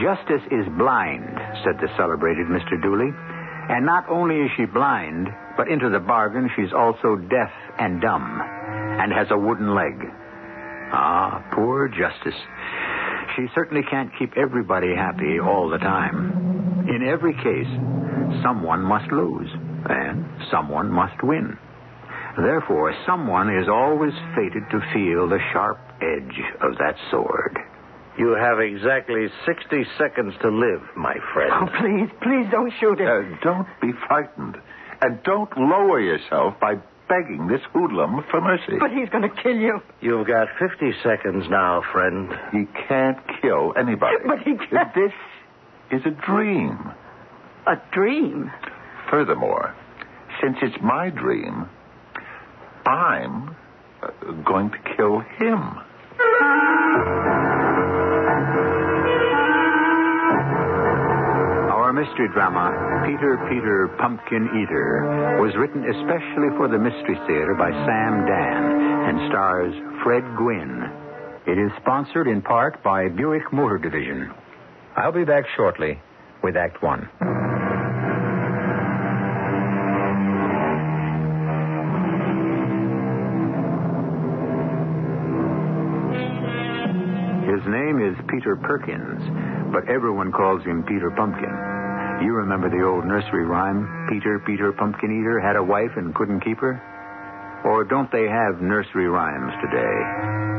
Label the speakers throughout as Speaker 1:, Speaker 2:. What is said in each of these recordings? Speaker 1: Justice is blind, said the celebrated Mr. Dooley. And not only is she blind, but into the bargain, she's also deaf and dumb and has a wooden leg. Ah, poor Justice. She certainly can't keep everybody happy all the time. In every case, someone must lose and someone must win. Therefore, someone is always fated to feel the sharp edge of that sword.
Speaker 2: You have exactly 60 seconds to live, my friend.
Speaker 3: Oh, please, please don't shoot him.
Speaker 4: Uh, don't be frightened. And don't lower yourself by begging this hoodlum for mercy.
Speaker 3: but he's going to kill you.
Speaker 2: You've got 50 seconds now, friend.
Speaker 4: He can't kill anybody.
Speaker 3: But he can't-
Speaker 4: This is a dream.
Speaker 3: A dream.
Speaker 4: Furthermore, since it's my dream, I'm uh, going to kill him.
Speaker 1: Our mystery drama, Peter Peter Pumpkin Eater, was written especially for the Mystery Theater by Sam Dan and stars Fred Gwynn. It is sponsored in part by Buick Motor Division. I'll be back shortly with Act One. His name is Peter Perkins, but everyone calls him Peter Pumpkin. You remember the old nursery rhyme, Peter, Peter, Pumpkin Eater had a wife and couldn't keep her? Or don't they have nursery rhymes today?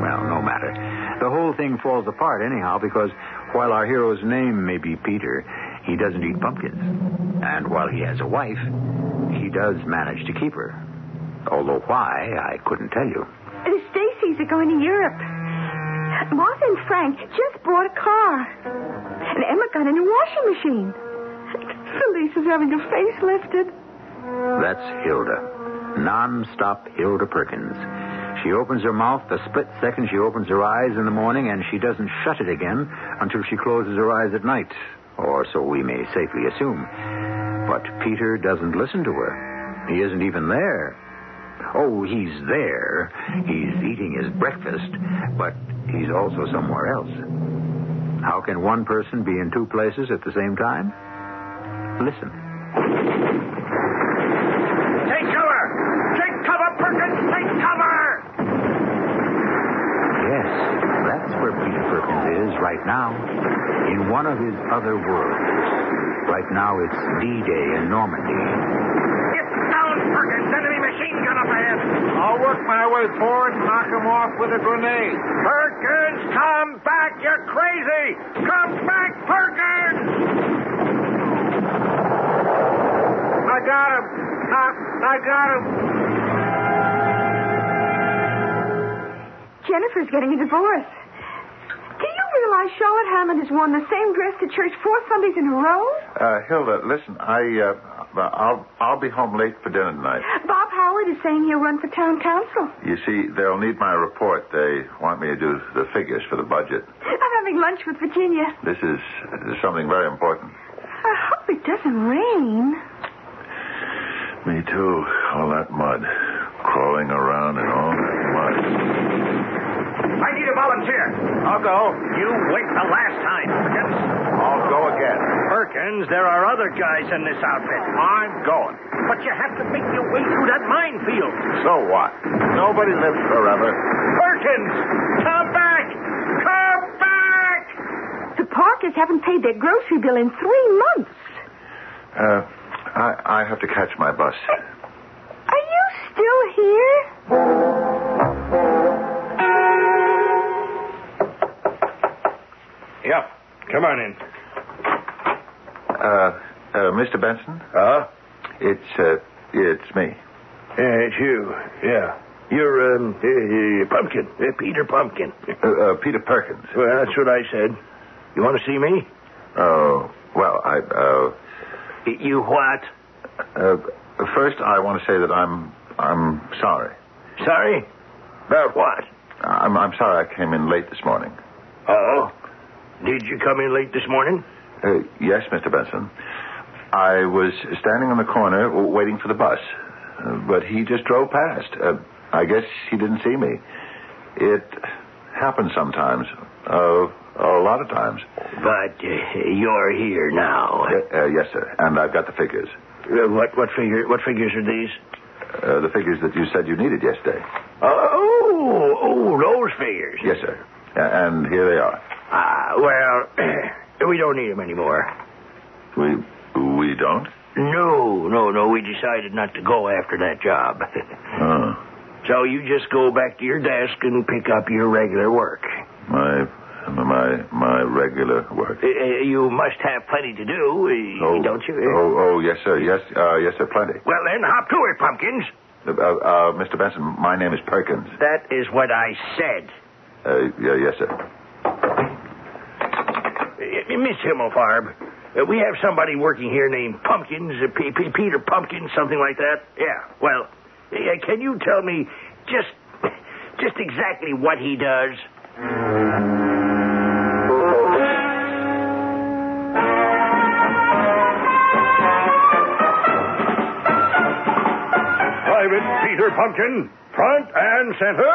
Speaker 1: Well, no matter. The whole thing falls apart anyhow because while our hero's name may be Peter, he doesn't eat pumpkins. And while he has a wife, he does manage to keep her. Although why, I couldn't tell you.
Speaker 5: The Stacy's are going to Europe. Martha and Frank just bought a car. And Emma got a new washing machine. Felice is having her face lifted.
Speaker 1: That's Hilda. Non-stop Hilda Perkins. She opens her mouth the split second she opens her eyes in the morning, and she doesn't shut it again until she closes her eyes at night, or so we may safely assume. But Peter doesn't listen to her. He isn't even there. Oh, he's there. He's eating his breakfast, but he's also somewhere else. How can one person be in two places at the same time? Listen. Take cover! Take cover, Perkins! Take cover! Yes, that's where Peter Perkins is right now, in one of his other worlds. Right now it's D-Day in Normandy. Get down, Perkins! Enemy machine gun up ahead! I'll work my way forward and knock him off with a grenade. Perkins, come back! You're crazy! Come back, Perkins! I got him. I, I got him.
Speaker 5: Jennifer's getting a divorce. Do you realize Charlotte Hammond has worn the same dress to church four Sundays in a row?
Speaker 4: Uh, Hilda, listen, I, uh, I'll, I'll be home late for dinner tonight.
Speaker 5: Bob Howard is saying he'll run for town council.
Speaker 4: You see, they'll need my report. They want me to do the figures for the budget.
Speaker 5: I'm having lunch with Virginia.
Speaker 4: This is uh, something very important.
Speaker 5: I hope it doesn't rain.
Speaker 4: Me too. All that mud. Crawling around in all that mud.
Speaker 1: I need a volunteer. I'll go. You wait the last time, Perkins. I'll go again.
Speaker 2: Perkins, there are other guys in this outfit.
Speaker 1: I'm going.
Speaker 2: But you have to make your way through that minefield.
Speaker 4: So what? Nobody lives forever.
Speaker 2: Perkins, come back! Come back!
Speaker 5: The Parkers haven't paid their grocery bill in three months.
Speaker 4: Uh, I, I have to catch my bus.
Speaker 5: Are you still here?
Speaker 2: Yeah. Come on in.
Speaker 4: Uh, uh, Mr. Benson?
Speaker 2: Huh?
Speaker 4: It's, uh, it's me.
Speaker 2: Yeah, it's you. Yeah. You're, um, uh, Pumpkin. Uh, Peter Pumpkin.
Speaker 4: Uh, uh, Peter Perkins.
Speaker 2: well, that's what I said. You want to see me?
Speaker 4: Oh, well, I, uh,
Speaker 2: You what?
Speaker 4: uh, first I want to say that I'm, I'm sorry.
Speaker 2: Sorry? About what?
Speaker 4: I'm, I'm sorry I came in late this morning.
Speaker 2: Oh. Did you come in late this morning?
Speaker 4: Uh, yes, Mr. Benson. I was standing on the corner w- waiting for the bus, uh, but he just drove past. Uh, I guess he didn't see me. It happens sometimes, uh, a lot of times.
Speaker 2: But uh, you're here now.
Speaker 4: Uh, uh, yes, sir. And I've got the figures.
Speaker 2: Uh, what what figure what figures are these?
Speaker 4: Uh, the figures that you said you needed yesterday.
Speaker 2: Uh, Oh, oh, those figures.
Speaker 4: Yes, sir. A- and here they are.
Speaker 2: Ah, well, we don't need them anymore.
Speaker 4: We we don't.
Speaker 2: No, no, no. We decided not to go after that job.
Speaker 4: Oh,
Speaker 2: so you just go back to your desk and pick up your regular work.
Speaker 4: my my my regular work.
Speaker 2: Uh, uh, You must have plenty to do, uh,
Speaker 4: Oh,
Speaker 2: don't you?
Speaker 4: Oh, oh, yes, sir. Yes, uh, yes, sir. Plenty.
Speaker 2: Well, then, hop to it, pumpkins.
Speaker 4: Uh, uh, Mr. Benson, my name is Perkins.
Speaker 2: That is what I said.
Speaker 4: Uh, yeah, yes, sir.
Speaker 2: Uh, Miss Himmelfarb, uh, we have somebody working here named Pumpkins, uh, P- P- Peter Pumpkins, something like that. Yeah. Well, uh, can you tell me just, just exactly what he does? Private Peter Pumpkin, front and center.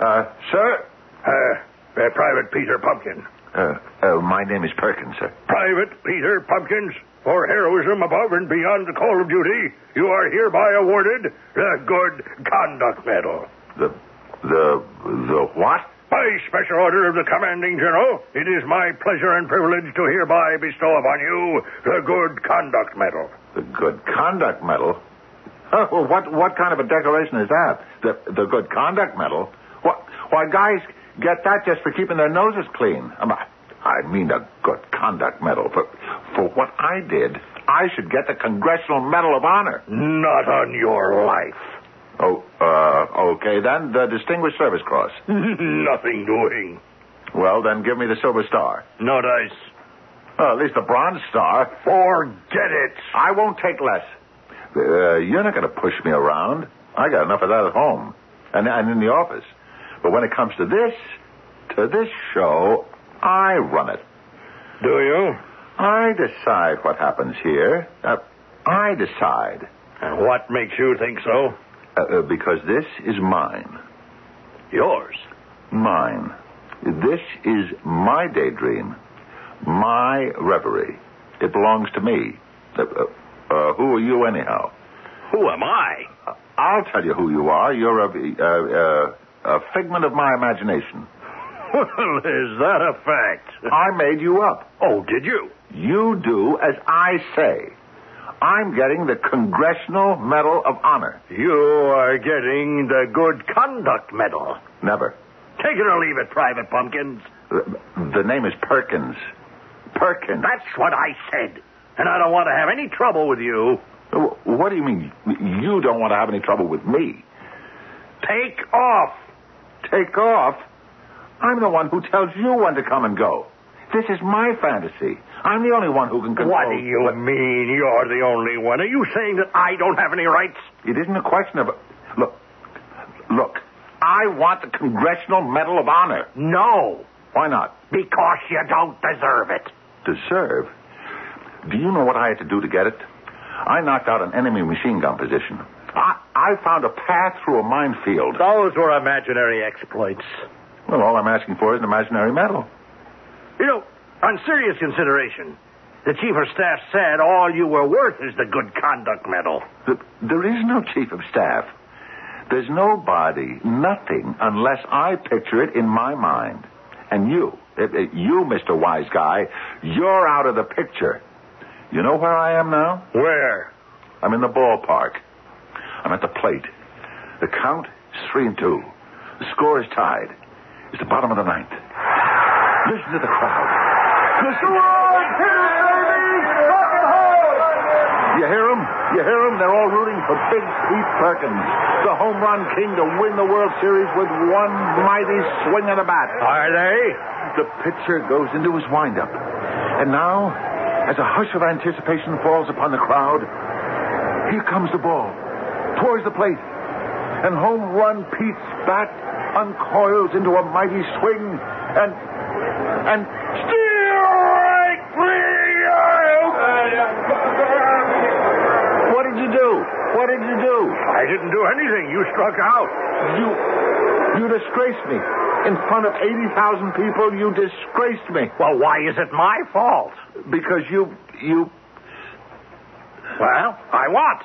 Speaker 4: Uh, sir?
Speaker 2: Uh, uh, Private Peter Pumpkin.
Speaker 4: Uh, uh, my name is Perkins, sir.
Speaker 2: Private Peter Pumpkins, for heroism above and beyond the call of duty, you are hereby awarded the Good Conduct Medal.
Speaker 4: The, the, the what?
Speaker 2: By special order of the commanding general, it is my pleasure and privilege to hereby bestow upon you the Good Conduct Medal.
Speaker 4: The Good Conduct Medal. Huh, well, what, what kind of a decoration is that? The, the Good Conduct Medal? What, why, guys get that just for keeping their noses clean. Um, I- I mean the Good Conduct Medal. For, for what I did, I should get the Congressional Medal of Honor.
Speaker 2: Not on your life.
Speaker 4: Oh, uh, okay, then. The Distinguished Service Cross.
Speaker 2: Nothing doing.
Speaker 4: Well, then give me the Silver Star.
Speaker 2: Not us.
Speaker 4: Well, at least the Bronze Star.
Speaker 2: Forget it.
Speaker 4: I won't take less. Uh, you're not going to push me around. I got enough of that at home and, and in the office. But when it comes to this, to this show, I run it.
Speaker 2: Do you?
Speaker 4: I decide what happens here. Uh, I decide.
Speaker 2: And what makes you think so?
Speaker 4: Uh, uh, because this is mine.
Speaker 2: Yours.
Speaker 4: Mine. This is my daydream, my reverie. It belongs to me. Uh, uh, uh, who are you, anyhow?
Speaker 2: Who am I?
Speaker 4: I'll tell you who you are. You're a, uh, uh, a figment of my imagination.
Speaker 2: Well, is that a fact?
Speaker 4: I made you up.
Speaker 2: Oh, did you?
Speaker 4: You do as I say. I'm getting the Congressional Medal of Honor.
Speaker 2: You are getting the Good Conduct Medal.
Speaker 4: Never.
Speaker 2: Take it or leave it, Private Pumpkins.
Speaker 4: The, the name is Perkins. Perkins.
Speaker 2: That's what I said. And I don't want to have any trouble with you.
Speaker 4: Wh- What do you mean? You don't want to have any trouble with me.
Speaker 2: Take off.
Speaker 4: Take off? I'm the one who tells you when to come and go. This is my fantasy. I'm the only one who can control.
Speaker 2: What do you mean you're the only one? Are you saying that I don't have any rights?
Speaker 4: It isn't a question of. Look, look. I want the Congressional Medal of Honor.
Speaker 2: No,
Speaker 4: Why not?
Speaker 2: because you don't deserve it.
Speaker 4: Deserve. Do you know what I had to do to get it? I knocked out an enemy machine gun position. I, I found a path through a minefield.
Speaker 2: Those were imaginary exploits.
Speaker 4: Well, all I'm asking for is an imaginary medal.
Speaker 2: You know, on serious consideration, the chief of staff said all you were worth is the Good Conduct Medal.
Speaker 4: Th- There is no chief of staff. There's nobody, nothing, unless I picture it in my mind. And you, eh, eh, you, Mr. Wise Guy, you're out of the picture. You know where I am now?
Speaker 2: Where?
Speaker 4: I'm in the ballpark. I'm at the plate. The count is three and two. The score is tied. It's the bottom of the ninth. Listen to the crowd. Listen. You hear 'em? You hear 'em? They're all rooting for Big Pete Perkins, the home run king, to win the World Series with one mighty swing of the bat.
Speaker 2: Are they?
Speaker 4: The pitcher goes into his windup. And now, as a hush of anticipation falls upon the crowd, here comes the ball towards the plate. And home run Pete's bat uncoils into a mighty swing and. and. Strike three! What did you do? What did you do?
Speaker 2: I didn't do anything. You struck out.
Speaker 4: You. you disgraced me. In front of 80,000 people, you disgraced me.
Speaker 2: Well, why is it my fault?
Speaker 4: Because you you
Speaker 2: Well, I want.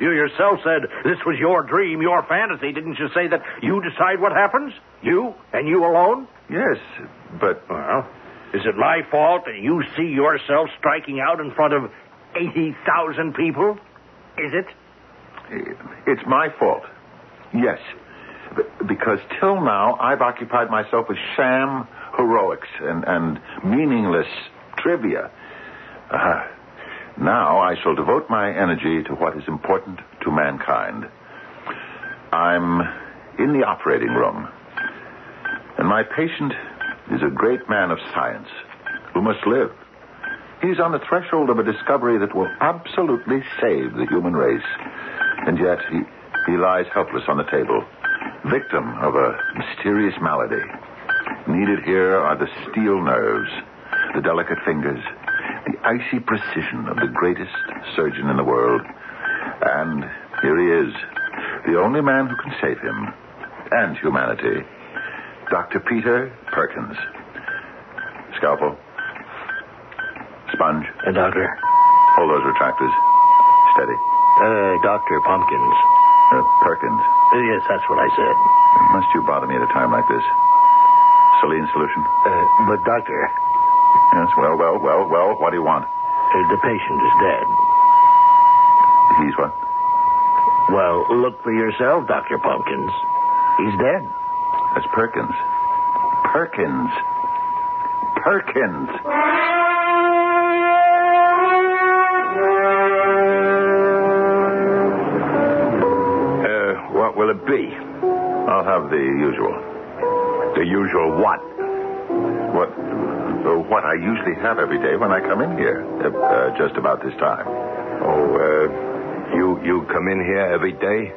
Speaker 2: You yourself said this was your dream, your fantasy. Didn't you say that you decide what happens? You and you alone?
Speaker 4: yes, but
Speaker 2: Well, is it my fault that you see yourself striking out in front of 80,000 people? Is it?
Speaker 4: it's my fault. Yes, B- because till now I've occupied myself with sham heroics and and meaningless trivia. Uh, now I shall devote my energy to what is important to mankind. I'm in the operating room, and my patient is a great man of science who must live. He's on the threshold of a discovery that will absolutely save the human race. And yet he, he lies helpless on the table, victim of a mysterious malady. Needed here are the steel nerves, the delicate fingers, the icy precision of the greatest surgeon in the world. And here he is, the only man who can save him and humanity, Dr. Peter Perkins. Scalpel. Sponge.
Speaker 2: Uh, doctor.
Speaker 4: Hold those retractors. Steady.
Speaker 2: Uh, Dr. Pumpkins.
Speaker 4: Uh, Perkins,
Speaker 2: Uh, yes, that's what I said.
Speaker 4: must you bother me at a time like this? Saline solution?
Speaker 2: Uh, but, Doctor,
Speaker 4: Yes, well, well, well, well. What do you want?
Speaker 2: uh, the patient is dead.
Speaker 4: He's what?
Speaker 2: Well, look for yourself, Dr. Pumpkins. He's dead.
Speaker 4: That's Perkins. Perkins. Perkins. Uh, what will it be? I'll have the usual. The usual what? What? uh, What I usually have every day when I come in here, uh, uh, just about this time. Oh, uh, you you come in here every day?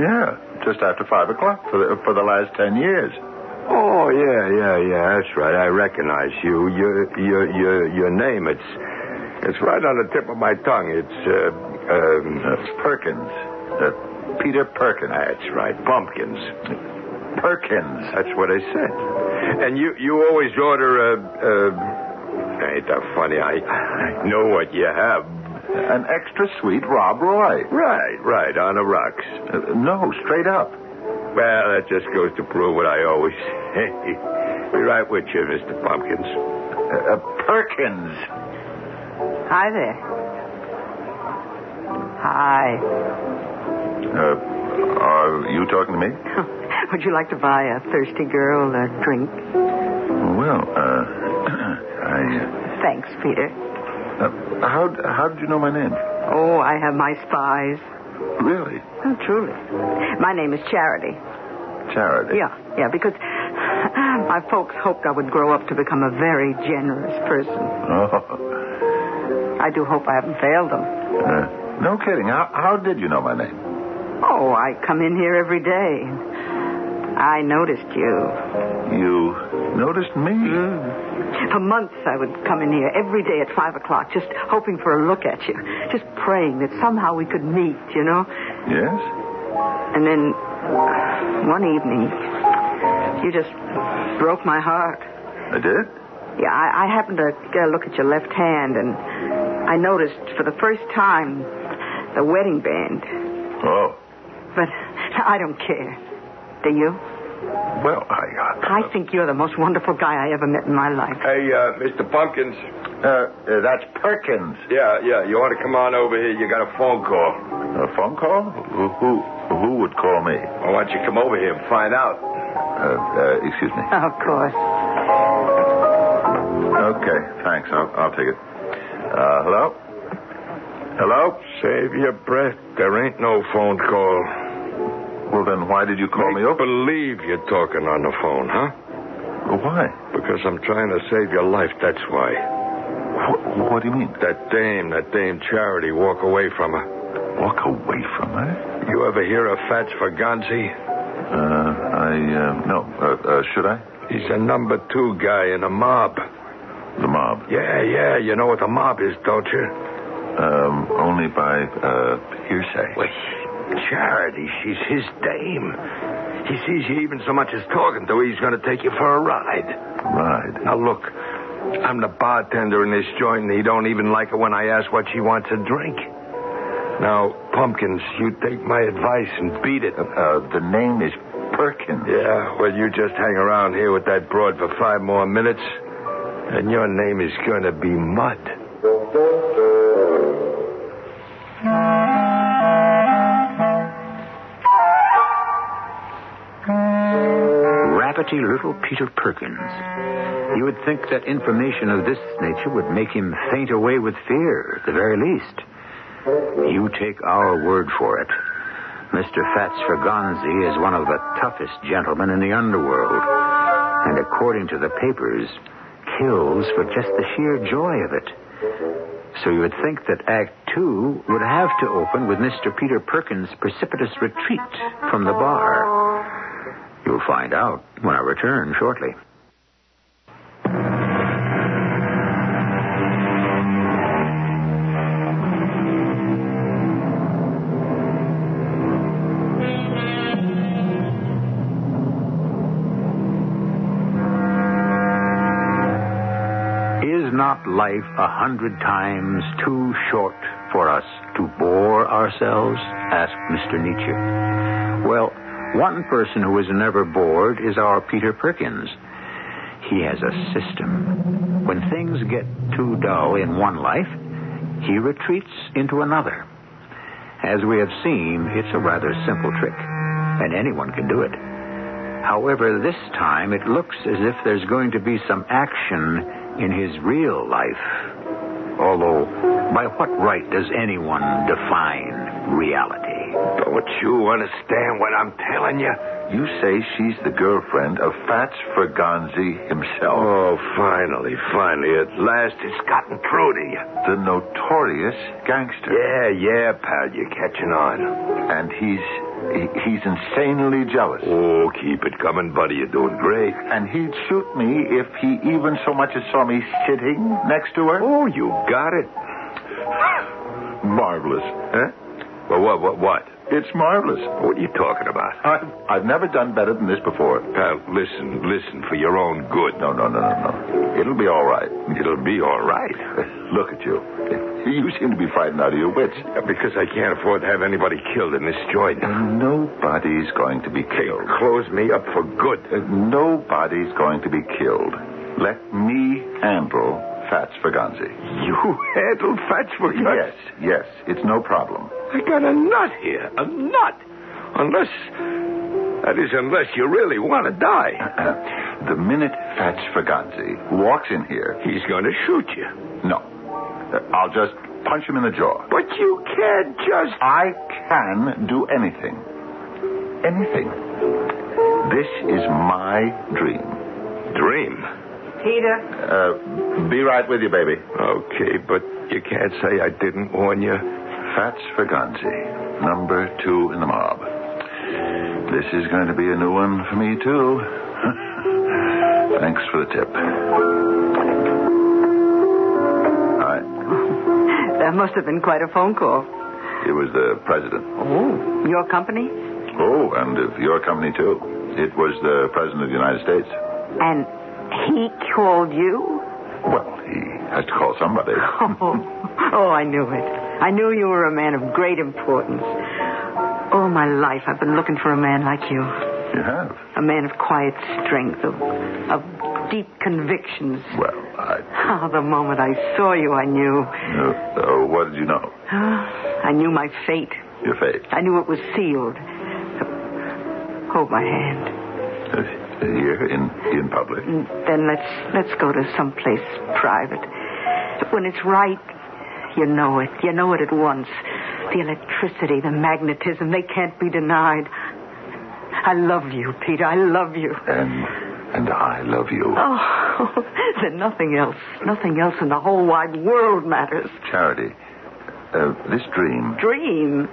Speaker 4: Yeah, just after five o'clock for the, for the last ten years.
Speaker 6: Oh yeah, yeah, yeah. That's right. I recognize you. Your your your your name. It's it's right on the tip of my tongue. It's uh,
Speaker 4: Uh,
Speaker 6: um,
Speaker 4: Perkins, uh, Peter Perkins.
Speaker 6: that's right, pumpkins.
Speaker 4: Perkins.
Speaker 6: That's what I said. And you you always order a. Uh, ain't that funny? I I know what you have.
Speaker 4: An extra sweet Rob Roy.
Speaker 6: Right, right. On the rocks.
Speaker 4: Uh, no, straight up.
Speaker 6: Well, that just goes to prove what I always say. Be right with you, Mr. Pumpkins.
Speaker 4: Uh, uh, Perkins.
Speaker 3: Hi there. Hi.
Speaker 4: Uh, are you talking to me?
Speaker 3: Would you like to buy a thirsty girl a drink?
Speaker 4: Well, uh, I.
Speaker 3: Thanks, Peter.
Speaker 4: Uh, how how did you know my name?
Speaker 3: Oh, I have my spies.
Speaker 4: Really,
Speaker 3: Oh, truly. My name is Charity.
Speaker 4: Charity.
Speaker 3: Yeah, yeah, because my folks hoped I would grow up to become a very generous person.
Speaker 4: Oh,
Speaker 3: I do hope I haven't failed them.
Speaker 4: uh, no kidding. How how did you know my name?
Speaker 3: Oh, I come in here every day. I noticed you.
Speaker 4: You noticed me.
Speaker 3: For months, I would come in here every day at five o'clock, just hoping for a look at you, just praying that somehow we could meet, you know.
Speaker 4: Yes.
Speaker 3: And then one evening, you just broke my heart.
Speaker 4: I did?
Speaker 3: Yeah, I, I happened to get a look at your left hand, and I noticed for the first time the wedding band.
Speaker 4: Oh.
Speaker 3: But I don't care. Do you?
Speaker 4: Well, I. Uh,
Speaker 3: I think you're the most wonderful guy I ever met in my life.
Speaker 6: Hey, uh, Mr. Pumpkins.
Speaker 4: Uh, uh, that's Perkins.
Speaker 6: Yeah, yeah. You ought to come on over here. You got a phone call.
Speaker 4: A phone call? Who who, who would call me? Uh,
Speaker 6: Well, why don't you come over here and find out?
Speaker 4: uh, excuse me.
Speaker 3: Of course.
Speaker 4: Okay, thanks. I'll, I'll take it. Uh, hello? Hello?
Speaker 6: Save your breath. There ain't no phone call.
Speaker 4: Well, then why did you call me
Speaker 6: Make
Speaker 4: over?
Speaker 6: believe you're talking on the phone, huh?
Speaker 4: Why?
Speaker 6: Because I'm trying to save your life, that's why.
Speaker 4: What, what do you mean?
Speaker 6: That dame, that dame Charity, walk away from her.
Speaker 4: Walk away from her?
Speaker 6: You ever hear of Fats Faganzi?
Speaker 4: Uh, I, uh, no. Uh, uh, should I?
Speaker 6: He's a number two guy in a mob.
Speaker 4: The mob.
Speaker 6: Yeah, yeah, you know what the mob is, don't you?
Speaker 4: Um, only by, uh, hearsay.
Speaker 6: Well, Charity, she's his dame. He sees you even so much as talking to her, he's going to take you for a ride.
Speaker 4: Ride.
Speaker 6: Now, look, I'm the bartender in this joint, and he don't even like it when I ask what she wants to drink. Now, Pumpkins, you take my advice and beat it.
Speaker 4: Uh, the name is Perkins.
Speaker 6: Yeah, well, you just hang around here with that broad for five more minutes, and your name is going to be Mud.
Speaker 1: Rabbity little Peter Perkins. You would think that information of this nature would make him faint away with fear, at the very least. You take our word for it. Mr. Fats Ferganzi is one of the toughest gentlemen in the underworld, and according to the papers, kills for just the sheer joy of it. So you would think that Act Two would have to open with Mr. Peter Perkins' precipitous retreat from the bar. You'll find out when I return shortly. Is not life a hundred times too short for us to bore ourselves? asked Mr. Nietzsche. Well, one person who is never bored is our Peter Perkins. He has a system. When things get too dull in one life, he retreats into another. As we have seen, it's a rather simple trick, and anyone can do it. However, this time it looks as if there's going to be some action in his real life. Although, by what right does anyone define reality?
Speaker 6: Don't you understand what I'm telling you?
Speaker 4: You say she's the girlfriend of Fats Ferganzi himself,
Speaker 6: Oh, finally, finally. At last, it's gotten through to you.
Speaker 4: the notorious gangster.
Speaker 6: Yeah, yeah, pal, you're catching on.
Speaker 4: And he's he- he's insanely jealous.
Speaker 6: Oh, keep it coming, buddy. You're doing great.
Speaker 4: And he'd shoot me if he even so much as saw me sitting next to her.
Speaker 6: Oh, you got it.
Speaker 4: Marvelous.
Speaker 6: Huh? Well, what, what, what?
Speaker 4: It's marvelous.
Speaker 6: What are you talking about?
Speaker 4: I've, I've never done better than this before.
Speaker 6: Pal, listen, listen, for your own good.
Speaker 4: No, no, no, no, no. It'll be all right.
Speaker 6: It'll be all right.
Speaker 4: Look at you. You seem to be frightened out of your wits.
Speaker 6: Because I can't afford to have anybody killed in this joint.
Speaker 4: Nobody's going to be killed.
Speaker 6: Close me up for good.
Speaker 4: Uh, Nobody's going to be killed. Let me handle Fats Ferganzi.
Speaker 6: You handle fats for
Speaker 4: Yes, yes, it's no problem.
Speaker 6: I got a nut here. A nut. Unless. That is, unless you really want to die.
Speaker 4: Uh, the minute Fats Ferganzi walks in here,
Speaker 6: He's going to shoot you.
Speaker 4: no, Uh, I'll just punch him in the jaw.
Speaker 6: But you can't just.
Speaker 4: I can do anything. Anything. This is my dream.
Speaker 6: Dream.
Speaker 3: Peter,
Speaker 4: Uh, be right with you, baby.
Speaker 6: Okay, but you can't say I didn't warn you.
Speaker 4: Fats Ferganzi, number two in the mob. This is going to be a new one for me, too. Thanks for the tip. I,
Speaker 3: that must have been quite a phone call.
Speaker 4: it was the president.
Speaker 3: Oh. Your company?
Speaker 4: Oh, and of your company, too. It was the president of the United States.
Speaker 3: And he called you?
Speaker 4: Well, he has to call somebody.
Speaker 3: Oh, oh, I knew it. I knew you were a man of great importance. All my life, I've been looking for a man like you.
Speaker 4: You have.
Speaker 3: A man of quiet strength, of, of deep convictions.
Speaker 4: Well, I.
Speaker 3: Ah, the moment I saw you, I knew.
Speaker 4: Uh, so what did you know?
Speaker 3: Ah, I knew my fate.
Speaker 4: Your fate.
Speaker 3: I knew it was sealed. Hold my hand.
Speaker 4: Uh, here in in public.
Speaker 3: And Then let's let's go to someplace private. When it's right, you know it. You know it at once. The electricity, the magnetism, they can't be denied. I love you, Peter. I love you.
Speaker 4: And and I love you.
Speaker 3: Oh, then nothing else, nothing else in the whole wide world matters.
Speaker 4: Charity. Uh, this dream,
Speaker 3: Dream.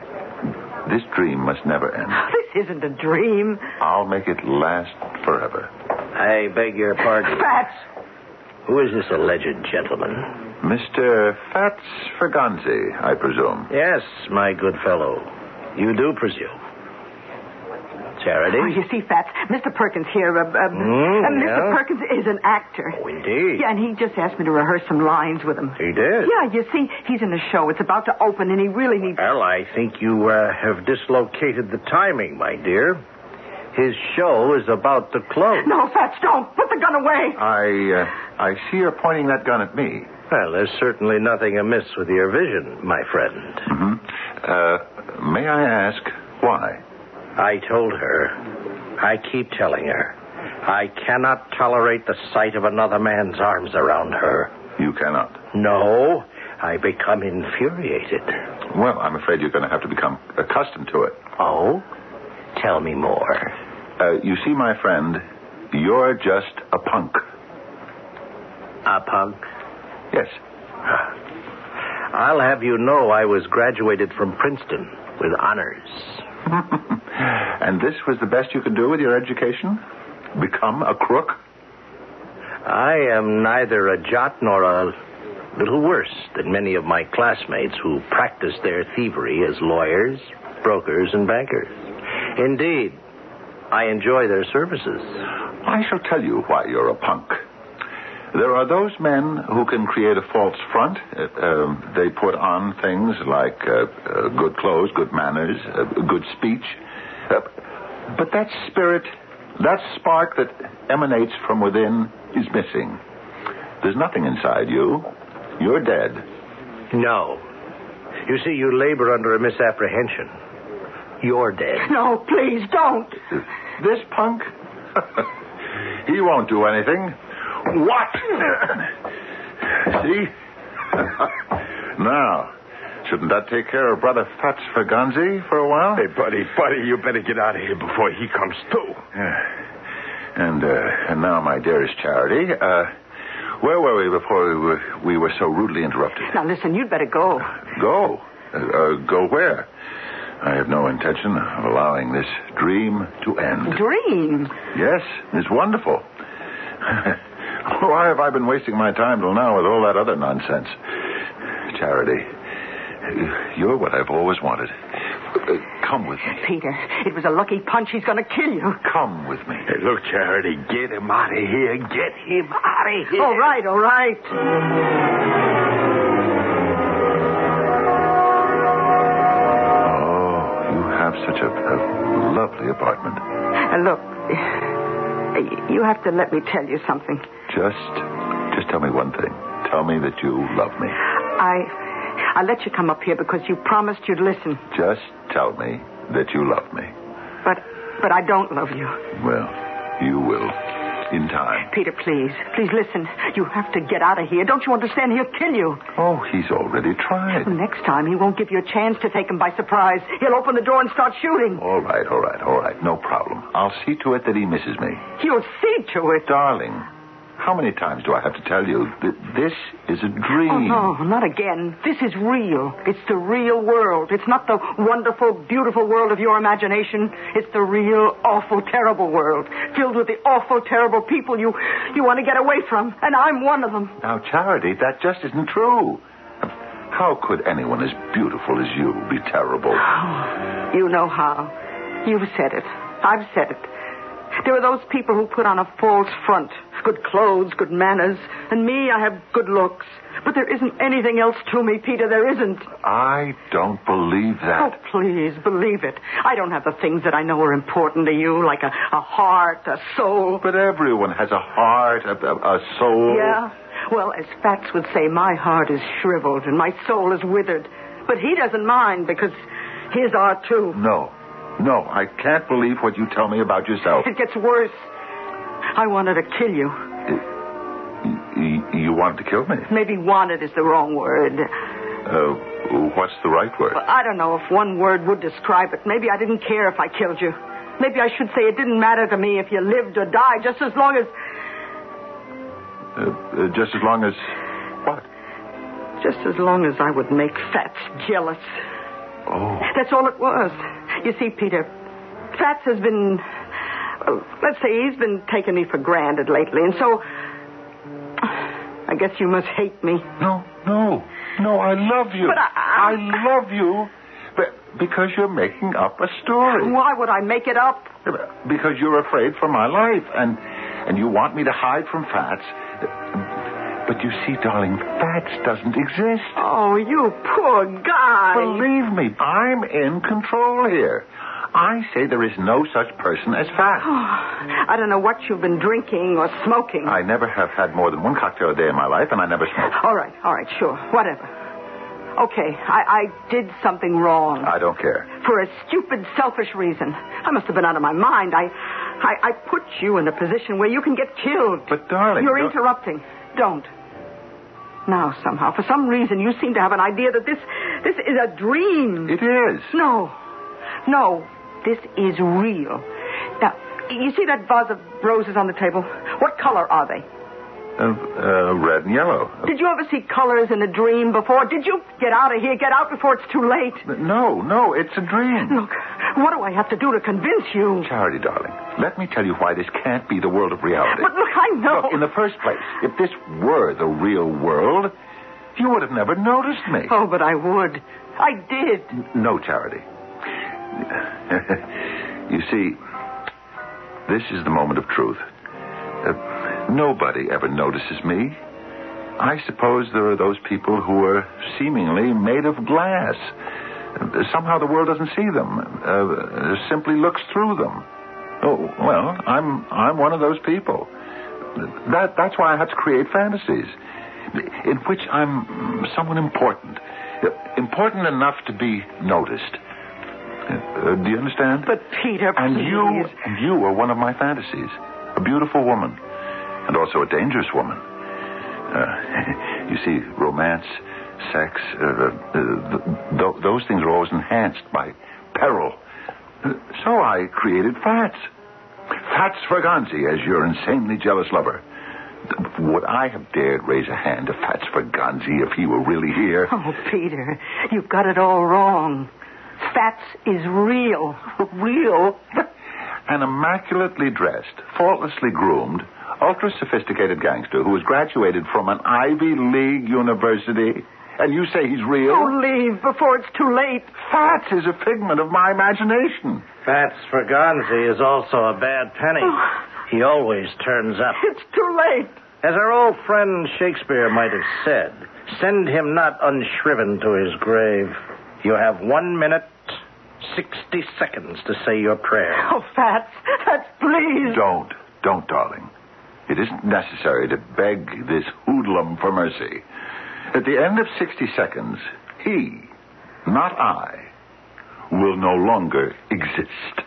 Speaker 4: this dream must never end.
Speaker 3: This isn't a dream.
Speaker 4: I'll make it last forever.
Speaker 2: I beg your pardon.
Speaker 3: Fats.
Speaker 2: Who is this alleged gentleman?
Speaker 4: Mr. Fats Ferganzi, I presume.
Speaker 2: Yes, my good fellow. You do presume. Charity?
Speaker 3: Oh, you see, Fats, Mr. Perkins here. Uh, uh,
Speaker 2: Mm,
Speaker 3: uh, Mr.
Speaker 2: yeah.
Speaker 3: Perkins is an actor.
Speaker 2: Oh, indeed.
Speaker 3: Yeah, and he just asked me to rehearse some lines with him.
Speaker 2: He did?
Speaker 3: Yeah, you see, he's in a show. It's about to open, and he really needs.
Speaker 2: Well, I think you uh, have dislocated the timing, my dear. His show is about to close.
Speaker 3: No, Fats, don't put the gun away.
Speaker 4: I uh, I see you're pointing that gun at me.
Speaker 2: Well, there's certainly nothing amiss with your vision, my friend.
Speaker 4: hmm Uh, may I ask why?
Speaker 2: I told her. I keep telling her. I cannot tolerate the sight of another man's arms around her.
Speaker 4: You cannot.
Speaker 2: No, I become infuriated.
Speaker 4: Well, I'm afraid you're going to have to become accustomed to it.
Speaker 2: Oh? Tell me more.
Speaker 4: Uh, you see, my friend, you're just a punk.
Speaker 2: A punk?
Speaker 4: Yes.
Speaker 2: I'll have you know I was graduated from Princeton with honors.
Speaker 4: And this was the best you could do with your education? Become a crook?
Speaker 2: I am neither a jot nor a little worse than many of my classmates who practice their thievery as lawyers, brokers, and bankers. Indeed, I enjoy their services.
Speaker 4: I shall tell you why you're a punk. There are those men who can create a false front. Uh, um, they put on things like uh, uh, good clothes, good manners, uh, good speech. Uh, but that spirit, that spark that emanates from within, is missing. There's nothing inside you. You're dead.
Speaker 2: No. You see, you labor under a misapprehension. You're dead.
Speaker 3: No, please don't.
Speaker 4: This punk? he won't do anything. What? See? now, shouldn't that take care of Brother Fats Faganzi for a while?
Speaker 6: Hey, buddy, buddy, you better get out of here before he comes to.
Speaker 4: Yeah. And, uh, and now, my dearest Charity, uh, where were we before we were, we were so rudely interrupted?
Speaker 3: Now listen, you'd better go.
Speaker 4: Go? Uh, uh, go where? I have no intention of allowing this dream to end.
Speaker 3: Dream.
Speaker 4: Yes, it's wonderful. Why have I been wasting my time till now with all that other nonsense? Charity, you're what I've always wanted. Uh, Come with me.
Speaker 3: Peter, it was a lucky punch. He's going to kill you.
Speaker 4: Come with me.
Speaker 6: Hey, look, Charity, get him out of here. Get him out of
Speaker 2: Oh,
Speaker 6: here.
Speaker 3: All right, all right.
Speaker 4: Oh, you have such a, a lovely apartment.
Speaker 3: Uh, look, you have to let me tell you something.
Speaker 4: Just, just tell me one thing. Tell me that you love me.
Speaker 3: I, I let you come up here because you promised you'd listen,
Speaker 4: Just tell me that you love me.
Speaker 3: but, but I don't love you.
Speaker 4: Well, you will, in time.
Speaker 3: Peter, please, please listen. You have to get out of here. Don't you understand? He'll kill you.
Speaker 4: Oh, he's already tried.
Speaker 3: Next time, he won't give you a chance to take him by surprise. He'll open the door and start shooting.
Speaker 4: All right, all right, all right. No problem. I'll see to it that he misses me.
Speaker 3: You'll see to it.
Speaker 4: Darling, how many times do I have to tell you that this is a
Speaker 3: Oh,
Speaker 4: dream?
Speaker 3: no, not again. This is real. It's the real world. It's not the wonderful, beautiful world of your imagination. It's the real, awful, terrible world, filled with the awful, terrible people you, you want to get away from. And I'm one of them.
Speaker 4: Now, Charity, that just isn't true. How could anyone as beautiful as you be terrible?
Speaker 3: You know how. You've said it. I've said it. There are those people who put on a false front, good clothes, good manners, and me, I have good looks. But there isn't anything else to me, Peter. There isn't.
Speaker 4: I don't believe
Speaker 3: Oh,
Speaker 4: that.
Speaker 3: please, believe it. I don't have the things that I know are important to you, like a, a heart, a soul.
Speaker 4: But everyone has a heart, a, a, a soul.
Speaker 3: Yeah. Well, as Fats would say, my heart is shriveled and my soul is withered. But he doesn't mind because his are too.
Speaker 4: No. No, I can't believe what you tell me about yourself.
Speaker 3: It gets worse. I wanted to kill you.
Speaker 4: you, you wanted to kill me.
Speaker 3: Maybe wanted is the wrong word.
Speaker 4: Uh, what's the right word? Uh,
Speaker 3: But I don't know if one word would describe it. Maybe I didn't care if I killed you. Maybe I should say it didn't matter to me if you lived or died, just as long as.
Speaker 4: Uh, uh, just as long as. What?
Speaker 3: just as long as I would make Fats jealous.
Speaker 4: Oh.
Speaker 3: That's all it was. You see, Peter, Fats has been. well, Let's say he's been taking me for granted lately, and so. I guess you must hate me.
Speaker 4: No, no, no, I love you.
Speaker 3: But I- I-
Speaker 4: love you. But because you're making up a story.
Speaker 3: Why would I make it up?
Speaker 4: Because you're afraid for my life, and and you want me to hide from Fats. But you see, darling, Fats doesn't exist.
Speaker 3: Oh, you poor guy.
Speaker 4: Believe me, I'm in control here. I say there is no such person as Fats.
Speaker 3: I don't know what you've been drinking or smoking.
Speaker 4: I never have had more than one cocktail a day in my life, and I never smoke.
Speaker 3: All right, all right, sure, whatever. Okay, I, I did something wrong.
Speaker 4: I don't care.
Speaker 3: for a stupid, selfish reason. I must have been out of my mind. I, I, I put you in a position where you can get killed.
Speaker 4: But, darling,
Speaker 3: you're
Speaker 4: don't-
Speaker 3: interrupting. Don't. Now, somehow, for some reason, you seem to have an idea that this, this is a dream.
Speaker 4: It is.
Speaker 3: No, no, this is real. Now, you see that vase of roses on the table? What color are they?
Speaker 4: Uh, uh, red and yellow.
Speaker 3: Did you ever see colors in a dream before? Did you get out of here? Get out before it's too late.
Speaker 4: No, no, it's a dream.
Speaker 3: Look, what do I have to do to convince you?
Speaker 4: Charity, darling, let me tell you why this can't be the world of reality.
Speaker 3: But look, I know.
Speaker 4: Look, in the first place, if this were the real world, you would have never noticed me.
Speaker 3: Oh, but I would. I did.
Speaker 4: No, Charity. you see, this is the moment of truth. Uh, nobody ever notices me. I suppose there are those people who are seemingly made of glass. Uh, Somehow the world doesn't see them, uh, simply looks through them. Oh, well, I'm, I'm one of those people. That, that's why I have to create fantasies in which I'm someone important. Uh, Important enough to be noticed. Uh, do you understand?
Speaker 3: But, Peter,
Speaker 4: And
Speaker 3: please.
Speaker 4: you, and you are one of my fantasies. A beautiful woman, and also a dangerous woman. Uh, you see, romance, sex, uh, uh, th- th- those things are always enhanced by peril. Uh, So I created Fats. Fats Fraganzi as your insanely jealous lover. Th- Would I have dared raise a hand to Fats Fraganzi if he were really here?
Speaker 3: Oh, Peter, you've got it all wrong. Fats is real.
Speaker 4: Real? An immaculately dressed, faultlessly groomed, ultra sophisticated gangster who has graduated from an Ivy League university. And you say he's real?
Speaker 3: Oh, leave before it's too late.
Speaker 4: Fats is a figment of my imagination.
Speaker 2: Fats Fraganzi is also a bad penny. He always turns up.
Speaker 3: It's too late.
Speaker 2: As our old friend Shakespeare might have said, send him not unshriven to his grave. You have one minute, 60 seconds to say your prayer.
Speaker 3: Oh, Fats, Fats, please.
Speaker 4: Don't. Don't, darling. It isn't necessary to beg this hoodlum for mercy. At the end of 60 seconds, he, not I, will no longer exist.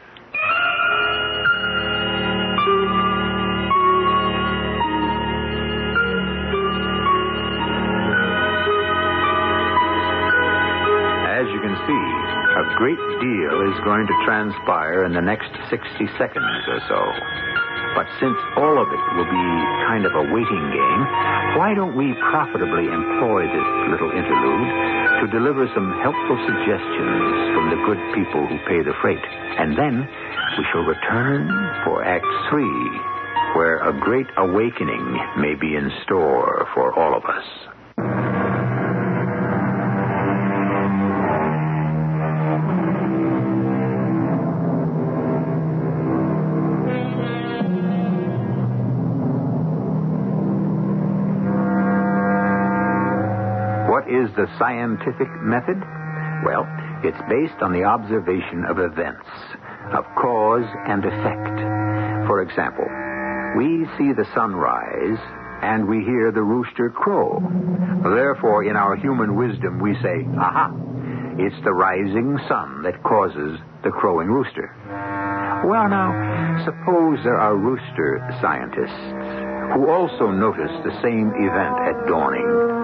Speaker 1: As you can see, a great deal is going to transpire in the next 60 seconds or so. But since all of it will be kind of a waiting game, why don't we profitably employ this little interlude to deliver some helpful suggestions from the good people who pay the freight? And then we shall return for Act Three, where a great awakening may be in store for all of us. is the scientific method? Well, it's based on the observation of events, of cause and effect. For example, we see the sun rise and we hear the rooster crow. Therefore, in our human wisdom, we say, aha, it's the rising sun that causes the crowing rooster. Well, now, suppose there are rooster scientists who also notice the same event at dawning.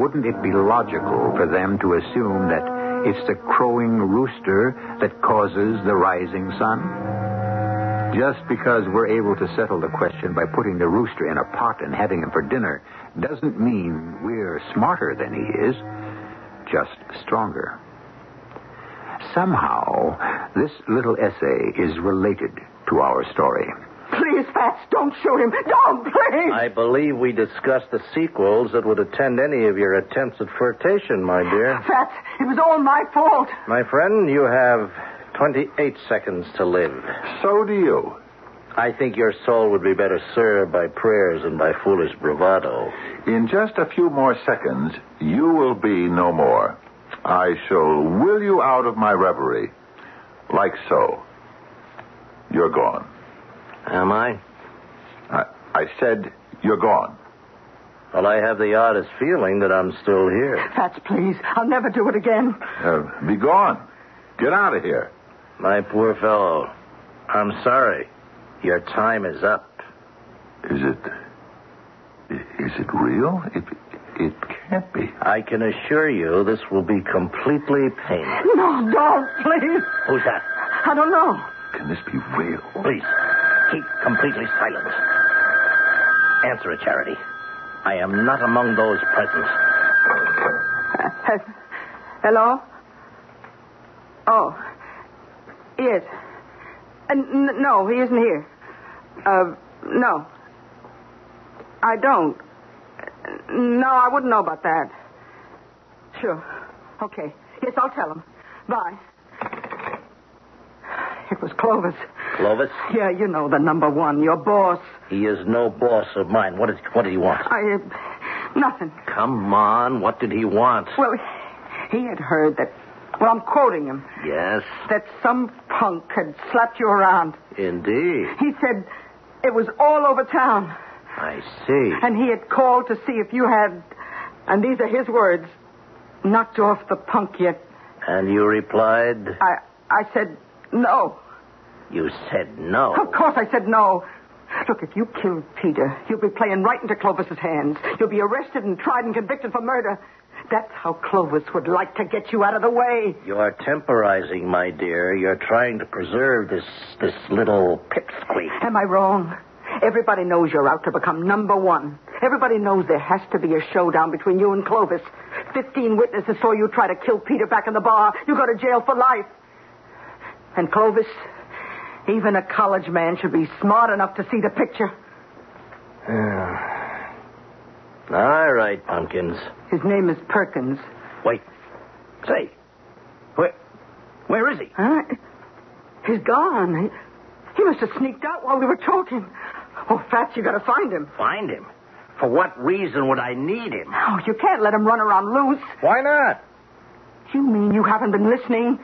Speaker 1: Wouldn't it be logical for them to assume that it's the crowing rooster that causes the rising sun? Just because we're able to settle the question by putting the rooster in a pot and having him for dinner doesn't mean we're smarter than he is, just stronger. Somehow, this little essay is related to our story.
Speaker 3: Please, Fats, don't shoot him. Don't, please.
Speaker 2: I believe we discussed the sequels that would attend any of your attempts at flirtation, my dear.
Speaker 3: Fats, it was all my fault.
Speaker 2: My friend, you have 28 seconds to live.
Speaker 4: So do you.
Speaker 2: I think your soul would be better served by prayers than by foolish bravado.
Speaker 4: In just a few more seconds, you will be no more. I shall will you out of my reverie. Like so. You're gone.
Speaker 2: Am I?
Speaker 4: I, I said, you're gone.
Speaker 2: Well, I have the oddest feeling that I'm still here.
Speaker 3: Fats, please. I'll never do it again.
Speaker 4: Uh, be gone. Get out of here.
Speaker 2: My poor fellow, I'm sorry. Your time is up.
Speaker 4: Is it. Is it real? It, it can't be.
Speaker 2: I can assure you this will be completely painless.
Speaker 3: No, don't, please.
Speaker 2: Who's that?
Speaker 3: I don't know.
Speaker 4: Can this be real?
Speaker 2: Please, keep completely silent. Answer it, Charity. I am not among those present.
Speaker 3: He- Hello? Oh. Yes. Uh, n- no, he isn't here. Uh, no. I don't. Uh, No, I wouldn't know about that. Sure. Okay. Yes, I'll tell him. Bye. It was Clovis.
Speaker 2: Clovis,
Speaker 3: Yeah, you know the number one, your boss.
Speaker 2: he is no boss of mine. What did, what did he want?
Speaker 3: I. Uh, nothing.
Speaker 2: Come on, what did he want?
Speaker 3: Well, he had heard that. Well, I'm quoting him.
Speaker 2: Yes,
Speaker 3: That some punk had slapped you around.
Speaker 2: indeed.
Speaker 3: He said it was all over town.
Speaker 2: I see.
Speaker 3: And he had called to see if you had, and these are his words, knocked off the punk yet.
Speaker 2: And you replied,
Speaker 3: I, I said no.
Speaker 2: you said no.
Speaker 3: Of course I said no. Look, if you kill Peter, you'll be playing right into Clovis's hands. You'll be arrested and tried and convicted for murder. That's how Clovis would like to get you out of the way.
Speaker 2: You're temporizing, my dear. You're trying to preserve this this little pipsqueak.
Speaker 3: Am I wrong? Everybody knows you're out to become number one. Everybody knows there has to be a showdown between you and Clovis. Fifteen witnesses saw you try to kill Peter back in the bar. You go to jail for life. And Clovis, even a college man should be smart enough to see the picture.
Speaker 2: All right, pumpkins.
Speaker 3: His name is Perkins.
Speaker 2: Wait. Say, where where is he?
Speaker 3: Huh? He's gone. He, he must have sneaked out while we were talking. Oh, Fats, you gotta find him.
Speaker 2: Find him. For what reason would I need him?
Speaker 3: Oh, you can't let him run around loose.
Speaker 2: Why not?
Speaker 3: You mean you haven't been listening?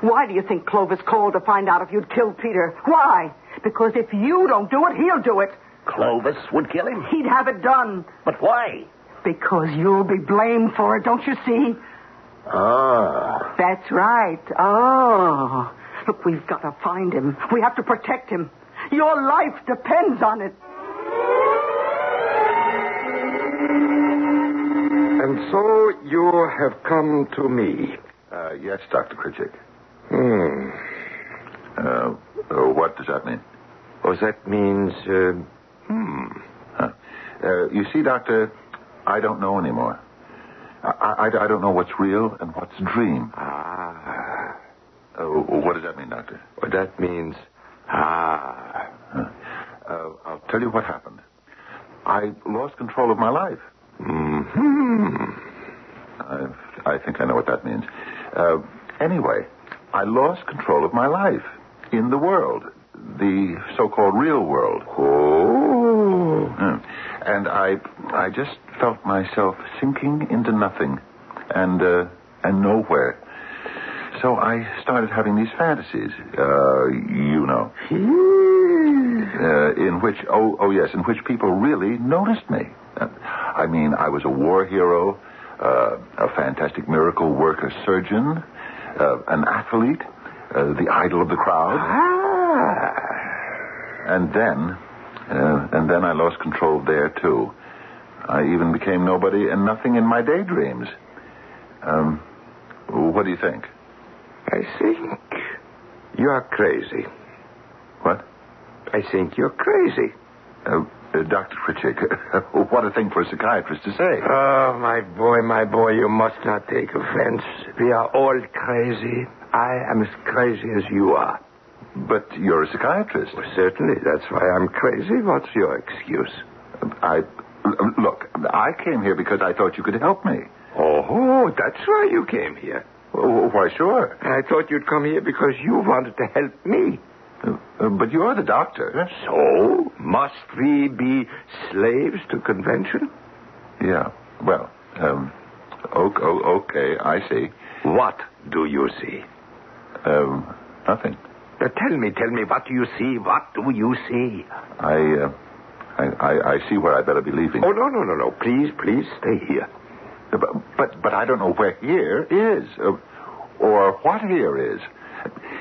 Speaker 3: Why do you think Clovis called to find out if you'd killed Peter? Why? Because if you don't do it, he'll do it.
Speaker 2: Clovis would kill him.
Speaker 3: He'd have it done.
Speaker 2: But why?
Speaker 3: Because you'll be blamed for it, don't you see?
Speaker 2: Oh.
Speaker 3: That's right. Oh. Look, we've got to find him. We have to protect him. Your life depends on it.
Speaker 6: And so you have come to me.
Speaker 4: Uh, yes, Dr. Kritchik.
Speaker 6: Hmm.
Speaker 4: Uh, uh, what does that mean?
Speaker 6: Oh, that means, uh, hmm.
Speaker 4: Huh. Uh, you see, Doctor, I don't know anymore. I, I, I don't know what's real and what's dream.
Speaker 6: Ah.
Speaker 4: Uh, what does that mean, Doctor?
Speaker 6: Well, that means, ah.
Speaker 4: Huh. Uh, I'll tell you what happened. I lost control of my life.
Speaker 6: Hmm.
Speaker 4: I, I think I know what that means. Uh, anyway, I lost control of my life in the world, the so-called real world. Hmm. Oh. And I, I just felt myself sinking into nothing. and uh, and nowhere. So I started having these fantasies, uh, you know, uh, in which oh oh yes, in which people really noticed me. Uh, I mean, I was a war hero, uh, a fantastic miracle worker, surgeon, uh, an athlete, uh, the idol of the crowd. And then, uh, and then I lost control there too. I even became nobody and nothing in my daydreams. Um, what do you think?
Speaker 1: I think you're crazy.
Speaker 4: What?
Speaker 1: I think you're crazy.
Speaker 4: Uh, uh, Dr. Pritchett, what a thing for a psychiatrist to say.
Speaker 1: Oh, my boy, my boy, you must not take offense. We are all crazy. I am as crazy as you are.
Speaker 4: But you're a psychiatrist.
Speaker 1: Well, certainly, that's why I'm crazy. What's your excuse?
Speaker 4: I Uh, look. I came here because I thought you could help me.
Speaker 1: Oh, that's why you came here.
Speaker 4: Oh, why, sure.
Speaker 1: I thought you'd come here because you wanted to help me.
Speaker 4: Uh, but you're the doctor.
Speaker 1: So, must we be slaves to convention?
Speaker 4: Yeah. Well, um, okay, okay, I see.
Speaker 1: What do you see?
Speaker 4: Um, nothing.
Speaker 1: Uh, tell me, tell me, what do you see? What do you see?
Speaker 4: I, uh, I, I, I see where I better be leaving.
Speaker 1: Oh, no, no, no, no. Please, please stay here.
Speaker 4: But, but, but I don't know where here is, or, or what here is.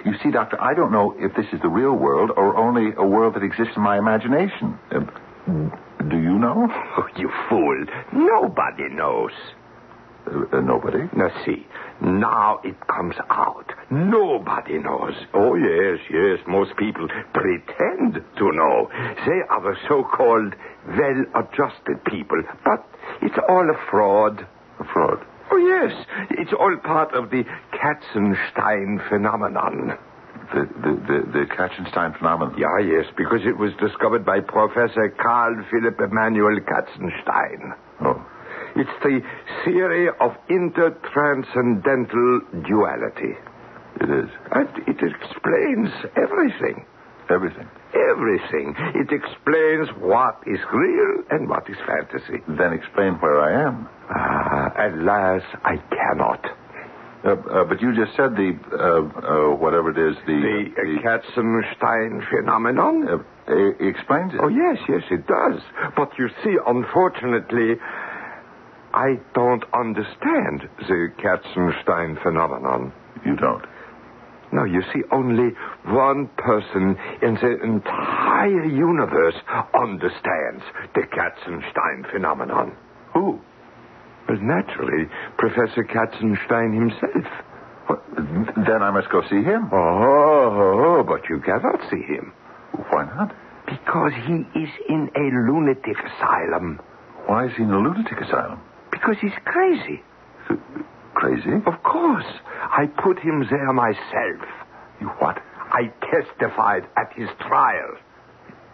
Speaker 4: You see, Doctor, I don't know if this is the real world or only a world that exists in my imagination. Uh, do you know?
Speaker 1: Oh, you fool. Nobody knows.
Speaker 4: Uh, uh, nobody.
Speaker 1: Now, see, now it comes out. Nobody knows. Oh, yes, yes, most people pretend to know. They are the so called well adjusted people, but it's all a fraud.
Speaker 4: A fraud.
Speaker 1: Oh, yes, it's all part of the Katzenstein phenomenon.
Speaker 4: The, the, the, the Katzenstein phenomenon.
Speaker 6: ah,
Speaker 1: Yeah, yes, because it was discovered by Professor Carl Philipp Emanuel Katzenstein.
Speaker 4: Oh.
Speaker 1: It's the theory of intertranscendental duality.
Speaker 4: It is.
Speaker 1: And it explains everything.
Speaker 4: Everything.
Speaker 1: Everything. It explains what is real and what is fantasy.
Speaker 4: Then explain where I am.
Speaker 1: Ah, alas, I cannot.
Speaker 4: Uh, uh, but you just said the, uh, uh, whatever it is,
Speaker 1: The
Speaker 4: the.
Speaker 1: uh, Katzenstein phenomenon?
Speaker 4: uh, e- explains it.
Speaker 1: Oh, yes, yes, it does. But you see, unfortunately, I don't understand the Katzenstein phenomenon.
Speaker 4: You don't.
Speaker 1: No, you see, only one person in the entire universe understands the Katzenstein phenomenon.
Speaker 4: Who?
Speaker 1: Well, naturally, Professor Katzenstein himself.
Speaker 4: What? Then I must go see him.
Speaker 1: Oh, but you cannot see him.
Speaker 4: Why not?
Speaker 1: Because he is in a lunatic asylum.
Speaker 4: Why is he in a lunatic asylum?
Speaker 1: Because he's crazy.
Speaker 4: Crazy?
Speaker 1: Of course. I put him there myself.
Speaker 4: You what?
Speaker 1: I testified at his trial.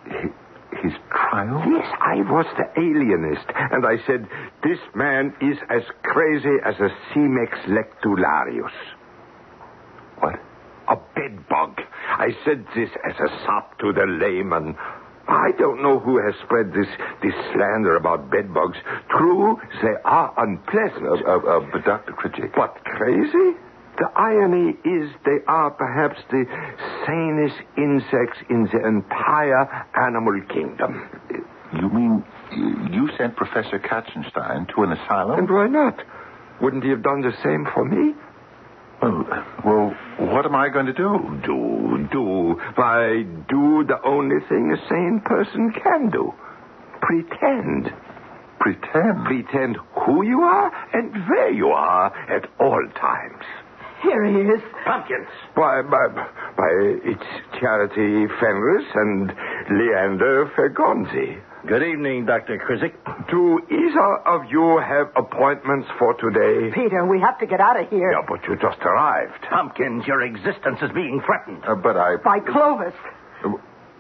Speaker 4: Hi- His trial?
Speaker 1: Yes, I was the alienist, and I said, This man is as crazy as a Cimex lectularius.
Speaker 4: What?
Speaker 1: A bed bug. I said this as a sop to the layman. I don't know who has spread this, this slander about bed bugs. True, they are unpleasant.
Speaker 4: Uh, uh, but Dr. Critchick.
Speaker 1: What, crazy? The irony is they are perhaps the sanest insects in the entire animal kingdom.
Speaker 4: You mean you- you sent Professor Katzenstein to an asylum?
Speaker 1: And why not? Wouldn't he have done the same for me?
Speaker 4: Well, well, what am I going to do?
Speaker 1: Do, do. Why, do the only thing a sane person can do pretend.
Speaker 4: Pretend.
Speaker 1: Pretend who you are and where you are at all times.
Speaker 3: Here he is.
Speaker 7: Pumpkins.
Speaker 1: Why, by, by, it's Charity Fenris and Leander Fergonzi.
Speaker 8: Good evening, Dr. Krizik.
Speaker 1: Do either of you have appointments for today?
Speaker 3: Peter, we have to get out of here.
Speaker 1: Yeah, but you just arrived.
Speaker 8: Pumpkins, your existence is being threatened.
Speaker 4: Uh, but I.
Speaker 3: By Clovis,
Speaker 2: Uh,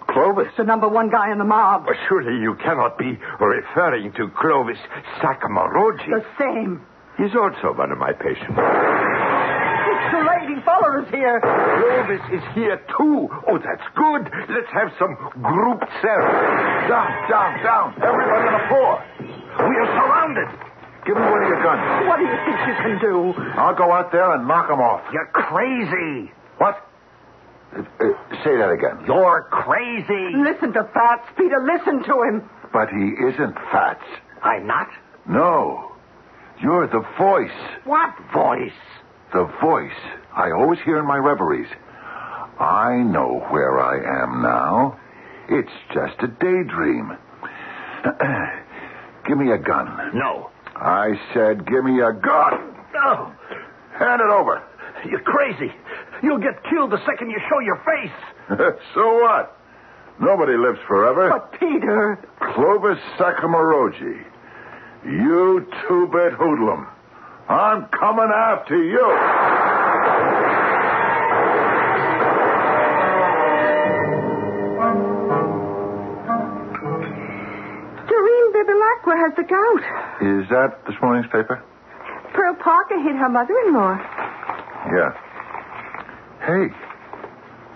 Speaker 4: Clovis.
Speaker 3: the number one guy in the mob.
Speaker 1: Well, surely you cannot be referring to Clovis
Speaker 3: The
Speaker 1: Sakamarogis.
Speaker 3: same.
Speaker 1: He's also one of my patients.
Speaker 3: It's the lady Fuller is here.
Speaker 1: Clovis is here too. Oh, that's good. Let's have some group therapy.
Speaker 4: Down, down, down. Everybody on the floor.
Speaker 1: We are surrounded.
Speaker 4: Give me one of your guns.
Speaker 3: What do you think you can do?
Speaker 4: I'll go out there and knock them off.
Speaker 2: You're crazy.
Speaker 4: What? Uh, uh, say that again.
Speaker 2: You're crazy.
Speaker 3: Listen to Fats, Peter. Listen to him.
Speaker 4: But he isn't Fats.
Speaker 2: I'm not.
Speaker 4: No. You're the voice.
Speaker 2: What voice?
Speaker 4: The voice I always hear in my reveries. I know where I am now. It's just a daydream. give me a gun.
Speaker 2: No.
Speaker 4: I said, give me a gun.
Speaker 2: No.
Speaker 4: Hand it over.
Speaker 2: You're crazy. You'll get killed the second you show your face.
Speaker 4: so what? Nobody lives forever.
Speaker 3: But Peter,
Speaker 4: Clovis Sakamaroji, you two-bit hoodlum. I'm coming after you.
Speaker 5: Doreen Bibilacqua has the gout.
Speaker 4: Is that this morning's paper?
Speaker 5: Pearl Parker hit her mother-in-law.
Speaker 4: Yeah. Hey,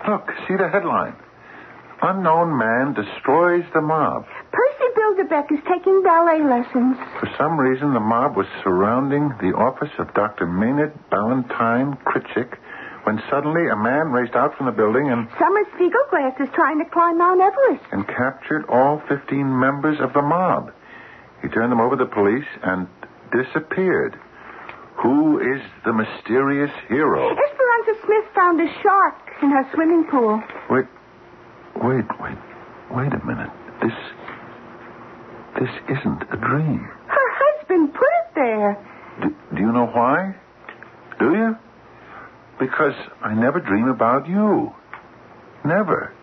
Speaker 4: look, see the headline. Unknown man destroys the mob.
Speaker 5: Percy Bilderbeck is taking ballet lessons.
Speaker 4: For some reason, the mob was surrounding the office of Dr. Maynard Ballantyne Critchick when suddenly a man raced out from the building and,
Speaker 5: Summer Spiegelglass is trying to climb Mount Everest.
Speaker 4: and captured all 15 members of the mob. He turned them over to the police and disappeared. Who is the mysterious hero?
Speaker 5: Esperanza Smith found a shark in her swimming pool.
Speaker 4: Wait, wait, wait, wait a minute. This, this isn't a dream.
Speaker 5: Her husband put it there.
Speaker 4: Do, do you know why? Do you? Because I never dream about you. Never.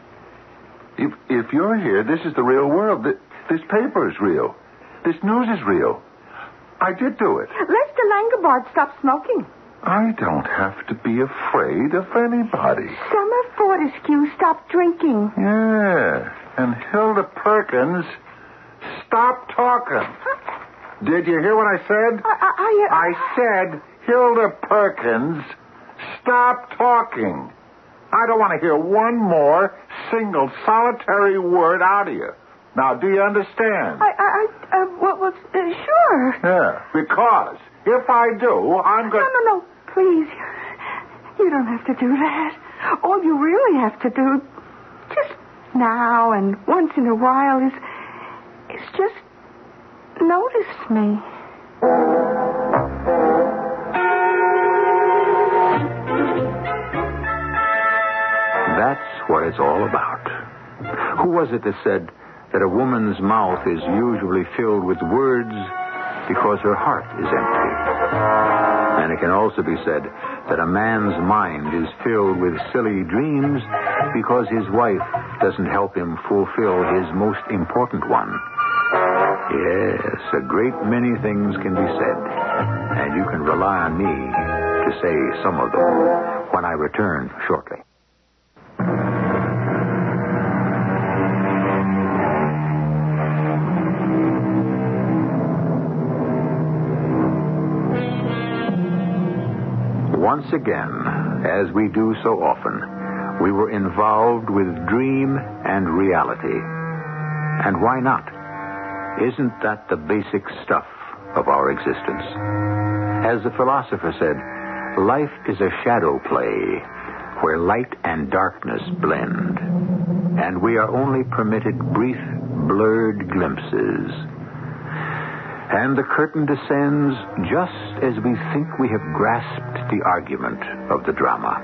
Speaker 4: If, if you're here, this is the real world. Th- This paper is real. This news is real. I did do it.
Speaker 5: Lester Langabard stopped smoking.
Speaker 4: I don't have to be afraid of anybody.
Speaker 5: Summer Fortescue stopped drinking.
Speaker 4: Yeah. And Hilda Perkins, stop talking. Did you hear what I said?
Speaker 5: I, I, I, uh,
Speaker 4: I said, Hilda Perkins, stop talking. I don't want to hear one more single solitary word out of you. Now, do you understand?
Speaker 5: I, I, I, uh, well, well, uh, sure.
Speaker 4: Yeah. Because if I do, I'm going
Speaker 5: No, no, no, please. You don't have to do that. All you really have to do, just now and once in a while, is, is just notice me.
Speaker 1: That's what it's all about. Who was it that said that a woman's mouth is usually filled with words because her heart is empty? And it can also be said that a man's mind is filled with silly dreams because his wife doesn't help him fulfill his most important one. Yes, a great many things can be said, and you can rely on me to say some of them when I return shortly. Once again, as we do so often, we were involved with dream and reality. And why not? Isn't that the basic stuff of our existence? As the philosopher said, life is a shadow play where light and darkness blend, and we are only permitted brief, blurred glimpses and the curtain descends just as we think we have grasped the argument of the drama.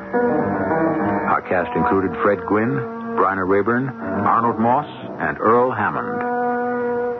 Speaker 1: Our cast included Fred Gwynn, Bryna Rayburn, Arnold Moss, and Earl Hammond.